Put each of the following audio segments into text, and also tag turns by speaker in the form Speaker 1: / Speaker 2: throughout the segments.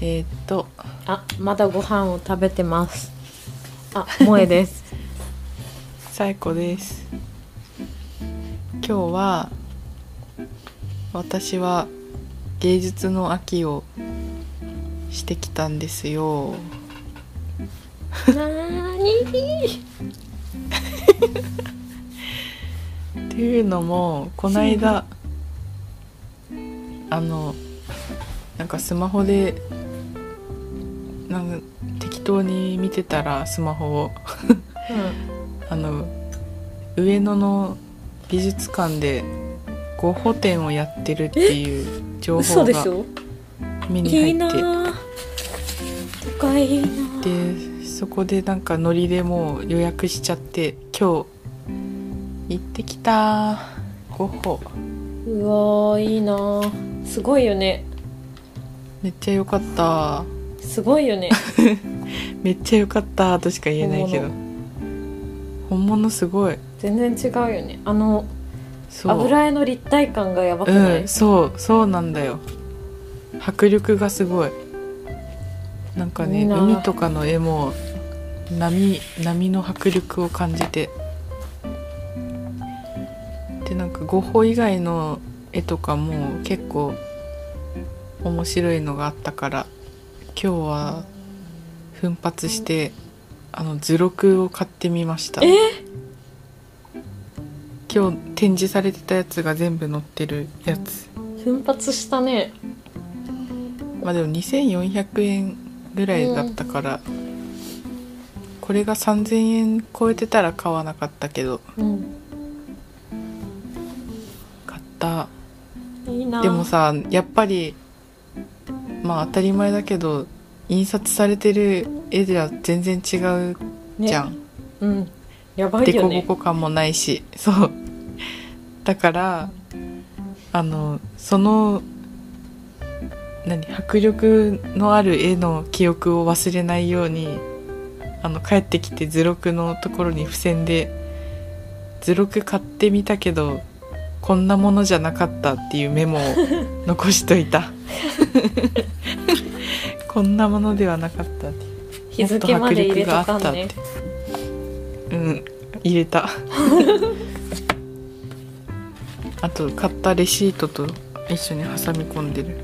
Speaker 1: えーっと
Speaker 2: あまだご飯を食べてますあ萌えです
Speaker 1: サイコです今日は私は芸術の秋をしてきたんですよ
Speaker 2: なーに
Speaker 1: っていうのもこないだあのなんかスマホでなん適当に見てたらスマホをあの上野の美術館でゴッホ展をやってるっていう
Speaker 2: うん
Speaker 1: 情報
Speaker 2: 嘘で
Speaker 1: が
Speaker 2: しょ
Speaker 1: 目に
Speaker 2: いい
Speaker 1: 入
Speaker 2: な
Speaker 1: って
Speaker 2: ー都会いいなー
Speaker 1: でそこでなんかノリでもう予約しちゃって今日行ってきたゴッホ
Speaker 2: うわーいいなーすごいよね
Speaker 1: めっちゃ良かった
Speaker 2: すごいよ ね
Speaker 1: めっちゃ良かったとしか言えないけど本物すごい
Speaker 2: 全然違うよねあの
Speaker 1: そう
Speaker 2: 油絵の立体感がやばくな
Speaker 1: う
Speaker 2: い
Speaker 1: ん、そうそうなんだよ迫力がすごいなんかね
Speaker 2: いいな
Speaker 1: 海とかの絵も波波の迫力を感じてでなんかゴッホ以外の絵とかも結構面白いのがあったから今日は奮発してあの図録を買ってみました
Speaker 2: え
Speaker 1: 今日展示されてたやつが全部載ってるやつ
Speaker 2: 奮発したね
Speaker 1: まあでも2400円ぐらいだったから、これが3000円超えてたら買わなかったけど
Speaker 2: うん
Speaker 1: 買った
Speaker 2: いいなー
Speaker 1: でもさやっぱりまあ当たり前だけど印刷されてる絵では全然違う
Speaker 2: ね
Speaker 1: じゃん、
Speaker 2: うんやばい
Speaker 1: 凸
Speaker 2: よ
Speaker 1: 凹
Speaker 2: ね
Speaker 1: 感もないしそうだからあのその何迫力のある絵の記憶を忘れないようにあの帰ってきて図録のところに付箋で図録買ってみたけどこんなものじゃなかったっていうメモを残しとい たこんなものではなかったって
Speaker 2: 日付まで入れとかん
Speaker 1: も
Speaker 2: ね
Speaker 1: っと迫力があったってうん入れ たあと買ったレシートと一緒に挟み込んでる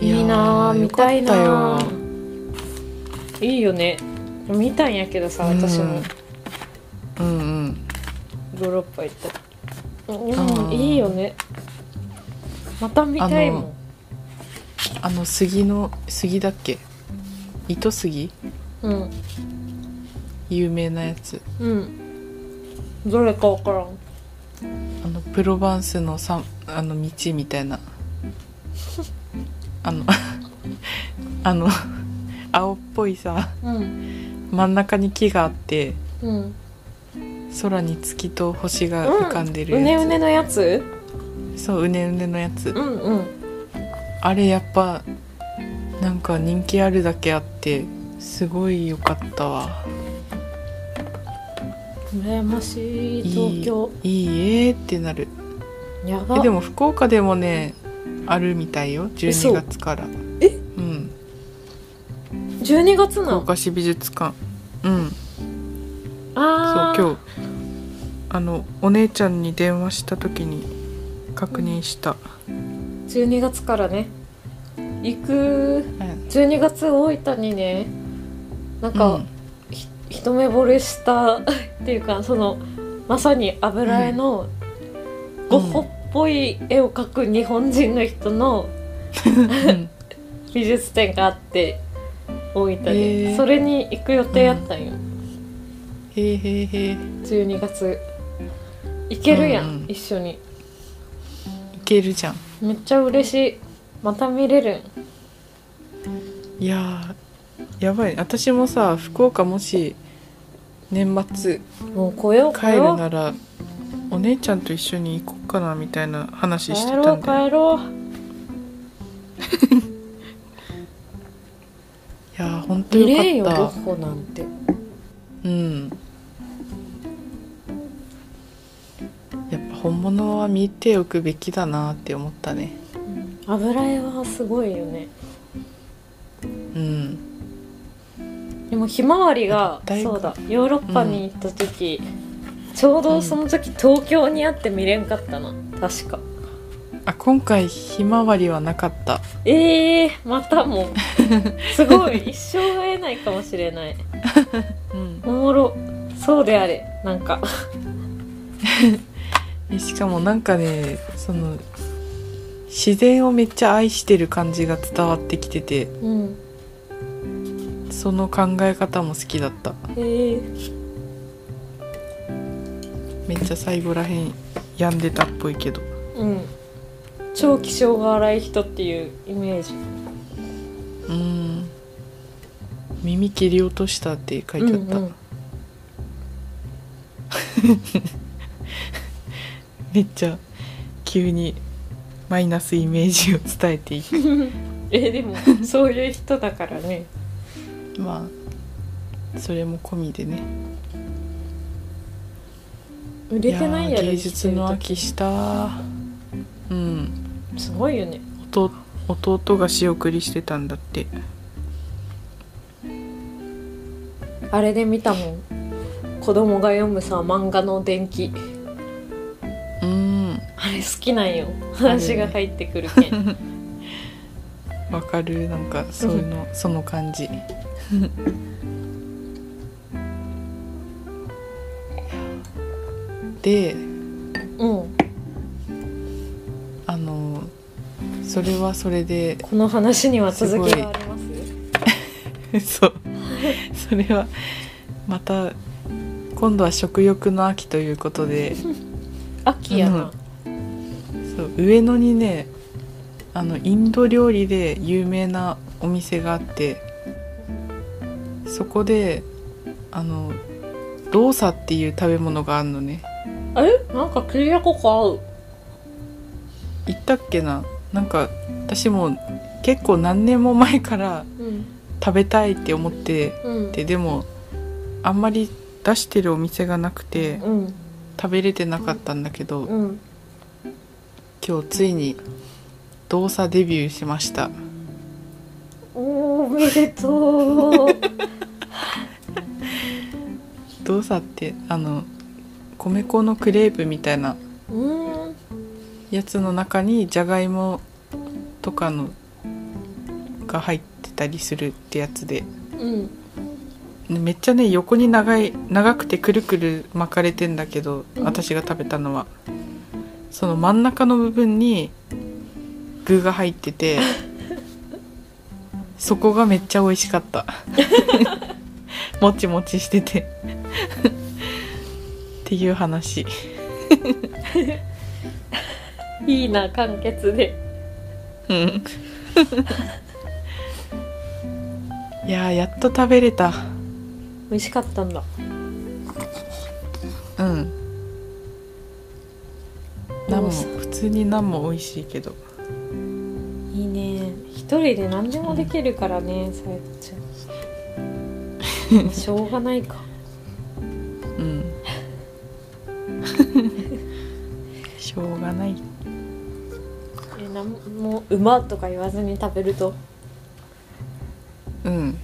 Speaker 2: いいなあ
Speaker 1: やー
Speaker 2: 見たいな
Speaker 1: よ
Speaker 2: あ
Speaker 1: かったよ
Speaker 2: いいよね見たんやけどさ私も
Speaker 1: うんうんうん
Speaker 2: ヨーロッパ行った時
Speaker 1: あ
Speaker 2: うん
Speaker 1: ー
Speaker 2: いいよねまた見たいも
Speaker 1: あ
Speaker 2: ん
Speaker 1: のあの杉の杉だっけ糸杉
Speaker 2: うん
Speaker 1: 有名なやつ
Speaker 2: うんどれかわからん
Speaker 1: あのプロバンスのさあの道みたい なあの あの青っぽいさ
Speaker 2: うん
Speaker 1: 真ん中に木があって
Speaker 2: うん
Speaker 1: 空に月と星が浮かんでる
Speaker 2: うね
Speaker 1: やつ、
Speaker 2: うねのやつ
Speaker 1: そううねうねのやつ
Speaker 2: うんうん
Speaker 1: あれやっぱなんか人気あるだけあってすごい良かったわ
Speaker 2: 羨まし
Speaker 1: い
Speaker 2: い
Speaker 1: い
Speaker 2: 東京
Speaker 1: いいえってなる
Speaker 2: や
Speaker 1: え
Speaker 2: ば
Speaker 1: でも福岡でもねあるみたいよ
Speaker 2: 嘘
Speaker 1: 12月から
Speaker 2: え
Speaker 1: うん
Speaker 2: 12月な
Speaker 1: 福
Speaker 2: の
Speaker 1: 岡市美術館うんそう
Speaker 2: ああ
Speaker 1: 今日あのお姉ちゃんに電話した時に確認した、
Speaker 2: 12月からね行く
Speaker 1: うん
Speaker 2: 12月大分にねなんか、ひ一目惚れしたっていうかそのまさに油絵のゴッホっぽい絵を描く日本人の人の
Speaker 1: うん
Speaker 2: 美術展があって大分で、
Speaker 1: へー
Speaker 2: それに行く予定やったんよ、
Speaker 1: へえへえへえ
Speaker 2: 12月行けるやん、
Speaker 1: うんうん
Speaker 2: 一緒に
Speaker 1: いけるじゃん
Speaker 2: めっちゃ嬉しいまた見れるん
Speaker 1: いやーやばい私もさ福岡もし年末
Speaker 2: もう来よう
Speaker 1: 帰
Speaker 2: 来
Speaker 1: る
Speaker 2: よう
Speaker 1: ならお姉ちゃんと一緒に行こうかなみたいな話してた
Speaker 2: 帰
Speaker 1: ん
Speaker 2: ろう
Speaker 1: だよ
Speaker 2: 帰ろう
Speaker 1: いやーほんと
Speaker 2: 見れん
Speaker 1: よ
Speaker 2: よゴ
Speaker 1: かっ
Speaker 2: ッホなんて
Speaker 1: たうんやっぱ本物は見ておくべきだなって思ったね
Speaker 2: うん油絵はすごいよね
Speaker 1: うん
Speaker 2: でもひまわりが
Speaker 1: だいぶ
Speaker 2: そうだヨーロッパに行った時、ちょうどその時東京にあって見れんかったな確か
Speaker 1: あ今回ひまわりはなかった
Speaker 2: えー、またも すごい一生会えないかもしれない
Speaker 1: うん
Speaker 2: おもろそうであれな んか
Speaker 1: えしかもなんかねその自然をめっちゃ愛してる感じが伝わってきてて
Speaker 2: うん
Speaker 1: その考え方も好きだった
Speaker 2: えー、
Speaker 1: めっちゃ最後らへん病んでたっぽいけど
Speaker 2: うん超気性が荒い人っていうイメージ
Speaker 1: うん耳切り落としたって書いてあった、
Speaker 2: うんうん
Speaker 1: めっちゃ急にマイナスイメージを伝えてい く
Speaker 2: えーでも そういう人だからね
Speaker 1: まあそれも込みでね
Speaker 2: 売れてないや
Speaker 1: いー
Speaker 2: ろ
Speaker 1: 芸術の秋したうん
Speaker 2: すごいよね
Speaker 1: 弟弟が仕送りしてたんだって
Speaker 2: あれで見たもん子供が読むさ漫画の伝記
Speaker 1: うん
Speaker 2: あれ好きなんよ話が入ってくるけん
Speaker 1: わかるなんかそういう の、その感じいやで
Speaker 2: うん
Speaker 1: あのそれはそれで
Speaker 2: この話には続き
Speaker 1: すごい
Speaker 2: があります
Speaker 1: そうそれはまた今度は食欲の秋ということで
Speaker 2: 秋や
Speaker 1: うん
Speaker 2: な
Speaker 1: そう上野にねあのインド料理で有名なお店があってそこであのドーサっていう食べ物があるのね
Speaker 2: あれなんか聞いたこと合う
Speaker 1: 行ったっけななんか私も結構何年も前から
Speaker 2: うん
Speaker 1: 食べたいって思って
Speaker 2: うん
Speaker 1: てでもあんまり出してるお店がなくて
Speaker 2: うん
Speaker 1: 食べれてなかったんだけど
Speaker 2: うん
Speaker 1: 今日ついに動作デビューしました
Speaker 2: おーおめでとう
Speaker 1: 動作ってあの米粉のクレープみたいな
Speaker 2: うん
Speaker 1: やつの中にじゃがいもとかのが入ってたりするってやつで
Speaker 2: うん
Speaker 1: めっちゃね横に長い長くてくるくる巻かれてんだけど
Speaker 2: うん
Speaker 1: 私が食べたのはその真ん中の部分に具が入ってて そこがめっちゃ美味しかったもちもちしててっていう話
Speaker 2: いいな簡潔で
Speaker 1: うん いやーやっと食べれた
Speaker 2: 美味しかったんだ
Speaker 1: うんナン
Speaker 2: ど
Speaker 1: も
Speaker 2: うした
Speaker 1: 普通にナンも美味しいけど
Speaker 2: いいね一人で何でもできるからねさやかちゃ んしょうがないか
Speaker 1: うん しょうがない
Speaker 2: えなんもうまとか言わずに食べると
Speaker 1: うん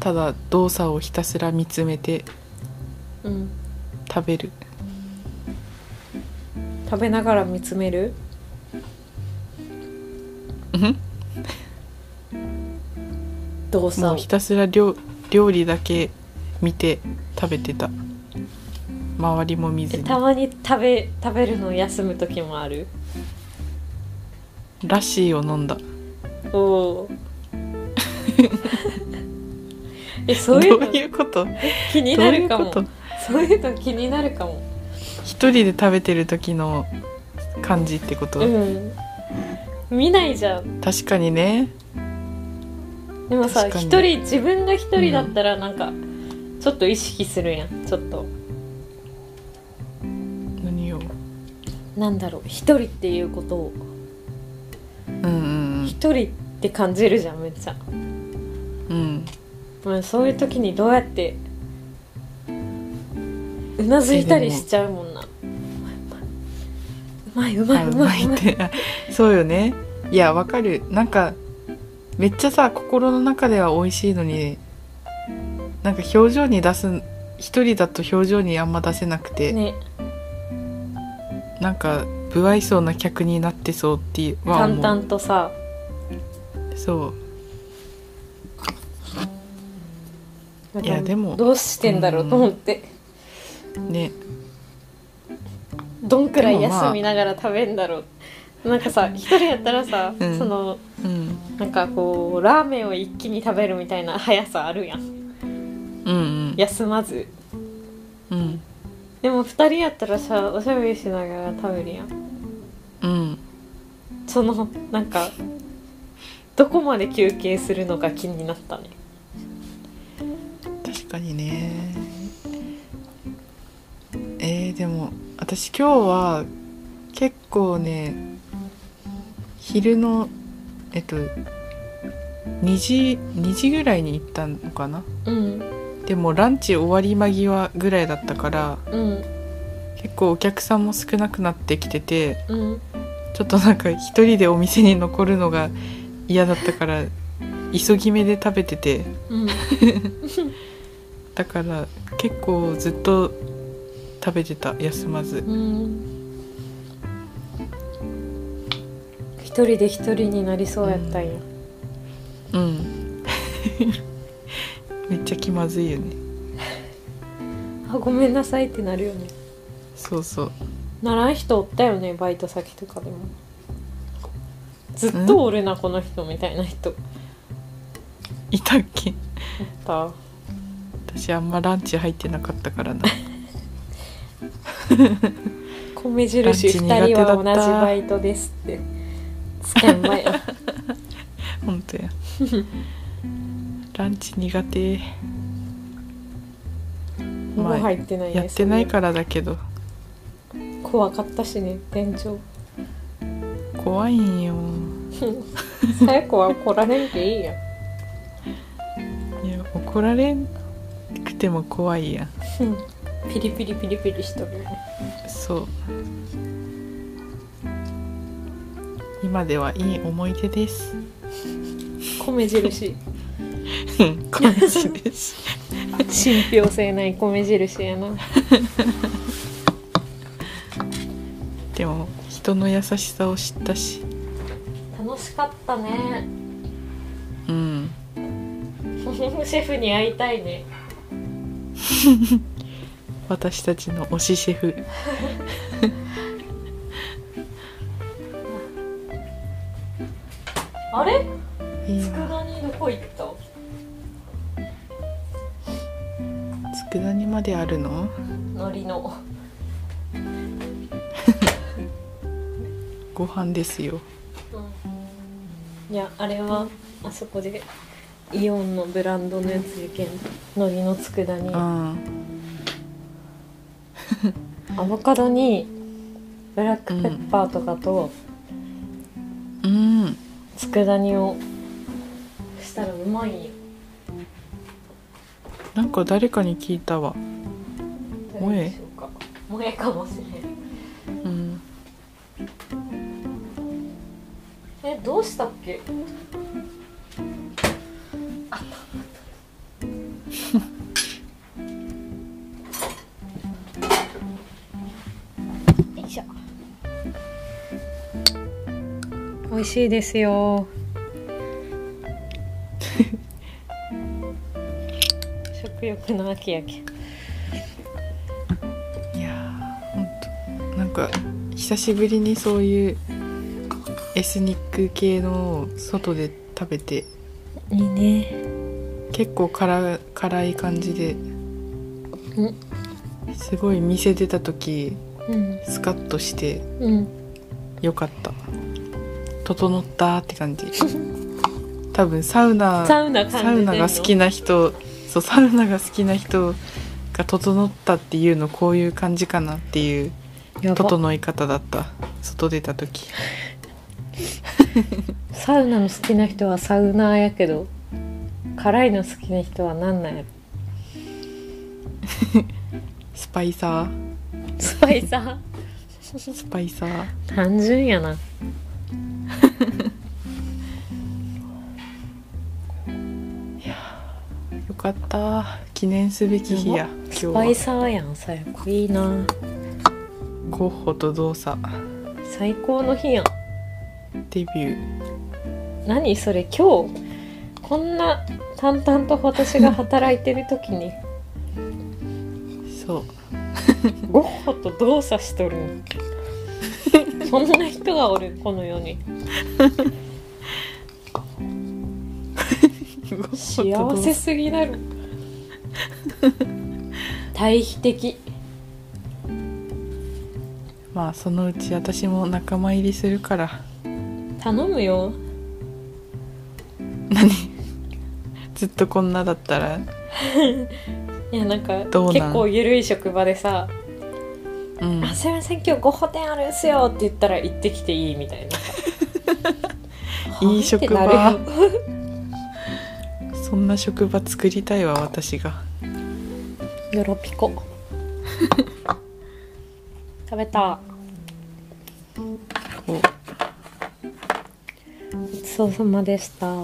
Speaker 1: ただ動作をひたすら見つめて
Speaker 2: うん
Speaker 1: 食べる
Speaker 2: 食べながら見つめる
Speaker 1: うん
Speaker 2: どうさ
Speaker 1: もうひたすら料料理だけ見て食べてた周りも見ず
Speaker 2: え
Speaker 1: に
Speaker 2: たまに食べ食べるのを休む時もある
Speaker 1: ラッシーを飲んだ
Speaker 2: おお えそういう
Speaker 1: どう
Speaker 2: の
Speaker 1: いうことど
Speaker 2: 気に
Speaker 1: う
Speaker 2: な
Speaker 1: いう
Speaker 2: るか
Speaker 1: こ
Speaker 2: も
Speaker 1: と
Speaker 2: そういうの気になるかも
Speaker 1: 一人で食べてる時の感じってこと、
Speaker 2: うん見ないじゃん
Speaker 1: 確かにね
Speaker 2: でもさ
Speaker 1: 確かに
Speaker 2: 一人自分が一人だったらなんか、ちょっと意識するやんちょっと
Speaker 1: 何を
Speaker 2: なんだろう一人っていうことを
Speaker 1: うんうん
Speaker 2: 一人って感じるじゃんめっちゃ、
Speaker 1: うんうん
Speaker 2: うん、そういう時にどうやってうなずいたりしちゃうもんなまいうま
Speaker 1: あ
Speaker 2: いう
Speaker 1: う
Speaker 2: ま
Speaker 1: ま
Speaker 2: い
Speaker 1: いうっ
Speaker 2: まい
Speaker 1: て そうよねいやわかるなんかめっちゃさ心の中では美味しいのになんか表情に出す一人だと表情にあんま出せなくて、
Speaker 2: ね
Speaker 1: なんか不愛想な客になってそうっては
Speaker 2: 淡
Speaker 1: 思う
Speaker 2: 々とさ
Speaker 1: そういやでも
Speaker 2: どうしてんだろうと思って、
Speaker 1: そうね
Speaker 2: どんくらい
Speaker 1: でもまあ
Speaker 2: 休みながら食べんだろう、なんかさ一人やったらさ、
Speaker 1: うん
Speaker 2: その
Speaker 1: うん
Speaker 2: なんかこうラーメンを一気に食べるみたいな速さあるやん
Speaker 1: うんうん
Speaker 2: 休まず
Speaker 1: うん
Speaker 2: でも二人やったらさおしゃべりしながら食べるやん
Speaker 1: うん
Speaker 2: そのなんかどこまで休憩するのか気になったね
Speaker 1: 確かにねえー、でも私今日は結構ね昼のえっと2時2時ぐらいに行ったのかな
Speaker 2: うん
Speaker 1: でもランチ終わり間際ぐらいだったから
Speaker 2: うん
Speaker 1: 結構お客さんも少なくなってきてて
Speaker 2: うん
Speaker 1: ちょっとなんか一人でお店に残るのが嫌だったから急ぎ目で食べてて
Speaker 2: うん
Speaker 1: だから結構ずっと食べてた休まず
Speaker 2: うん一人で一人になりそうやったんや、
Speaker 1: うん めっちゃ気まずいよね
Speaker 2: あごめんなさいってなるよね
Speaker 1: そうそう
Speaker 2: ならん人おったよねバイト先とかでもずっと俺なこの人みたいな人おっ
Speaker 1: いたっけ
Speaker 2: た
Speaker 1: 私あんまランチ入ってなかったから な
Speaker 2: 米印
Speaker 1: ランチ苦
Speaker 2: 2
Speaker 1: 手だ
Speaker 2: 人
Speaker 1: った
Speaker 2: は同じバイトですってスキャン前
Speaker 1: 本当 やランチ苦手
Speaker 2: もう入ってないね
Speaker 1: やってないからだけど
Speaker 2: それ怖かったしね店長
Speaker 1: 怖いんよ
Speaker 2: さや子は怒られんけいいやん
Speaker 1: いや怒られんくても怖いやん
Speaker 2: ピリピリピリピリしとるよね
Speaker 1: そう今ではいい思い出 です
Speaker 2: 米印
Speaker 1: うん感じです
Speaker 2: 信憑性ない米印やな
Speaker 1: でも人の優しさを知ったし
Speaker 2: 楽しかったね
Speaker 1: うん
Speaker 2: シェフに会いたいね
Speaker 1: 私たちの推しシェフ
Speaker 2: あれ
Speaker 1: いいな
Speaker 2: 佃煮どこ行った
Speaker 1: 佃煮まであるの
Speaker 2: 海苔の
Speaker 1: ご飯ですよ
Speaker 2: いやあれはあそこでイオンのブランドのやつやけん海苔の佃煮
Speaker 1: うん
Speaker 2: アボカドにブラックペッパーとかと
Speaker 1: うん
Speaker 2: 佃煮をしたらうまいんよ
Speaker 1: なんか誰かに聞いたわ
Speaker 2: どうでしょうか萌えかもしれ
Speaker 1: うん
Speaker 2: んえどうしたっけあよいしょ美味しいですよ 食欲の秋やけ
Speaker 1: いやーほんとなんか久しぶりにそういうエスニック系のを外で食べて
Speaker 2: いいね
Speaker 1: 結構辛辛い感じで
Speaker 2: うん
Speaker 1: すごい店出た時
Speaker 2: うん
Speaker 1: スカッとして
Speaker 2: うん
Speaker 1: よかった整ったって感じ多分サウナ
Speaker 2: サウナ感じてん
Speaker 1: サ
Speaker 2: の
Speaker 1: ウナが好きな人そうサウナが好きな人が整ったっていうのこういう感じかなっていう
Speaker 2: やば
Speaker 1: 整い方だった外出た時
Speaker 2: サウナの好きな人はサウナーやけど辛いの好きな人はなんなんやろ
Speaker 1: スパイサー
Speaker 2: スパイサー
Speaker 1: スパイサー
Speaker 2: 単純やな
Speaker 1: よかった記念すべき日や今日
Speaker 2: スパイ
Speaker 1: は
Speaker 2: サーやん最高いいな
Speaker 1: ゴッホと動作
Speaker 2: 最高の日やん
Speaker 1: デビュ
Speaker 2: 何それ今日こんな淡々と私が働いてる時に
Speaker 1: ーそう
Speaker 2: ゴッホと動作しとるんそんな人がおるこの世に
Speaker 1: ゴッホと動
Speaker 2: 幸せ
Speaker 1: 作
Speaker 2: すぎだろ対比的
Speaker 1: まあそのうち私も仲間入りするから
Speaker 2: 頼むよ
Speaker 1: ずっとこんなだったら
Speaker 2: いやなんか
Speaker 1: どうなん
Speaker 2: 結構ゆるい職場でさ
Speaker 1: うん
Speaker 2: あすいません今日5補点あるんすよって言ったら行ってきていいみたいな
Speaker 1: いい職場
Speaker 2: はあってなるよ
Speaker 1: そんな職場作りたいわ私が
Speaker 2: よろ ぴこ食べた
Speaker 1: お
Speaker 2: ごちそうさまでした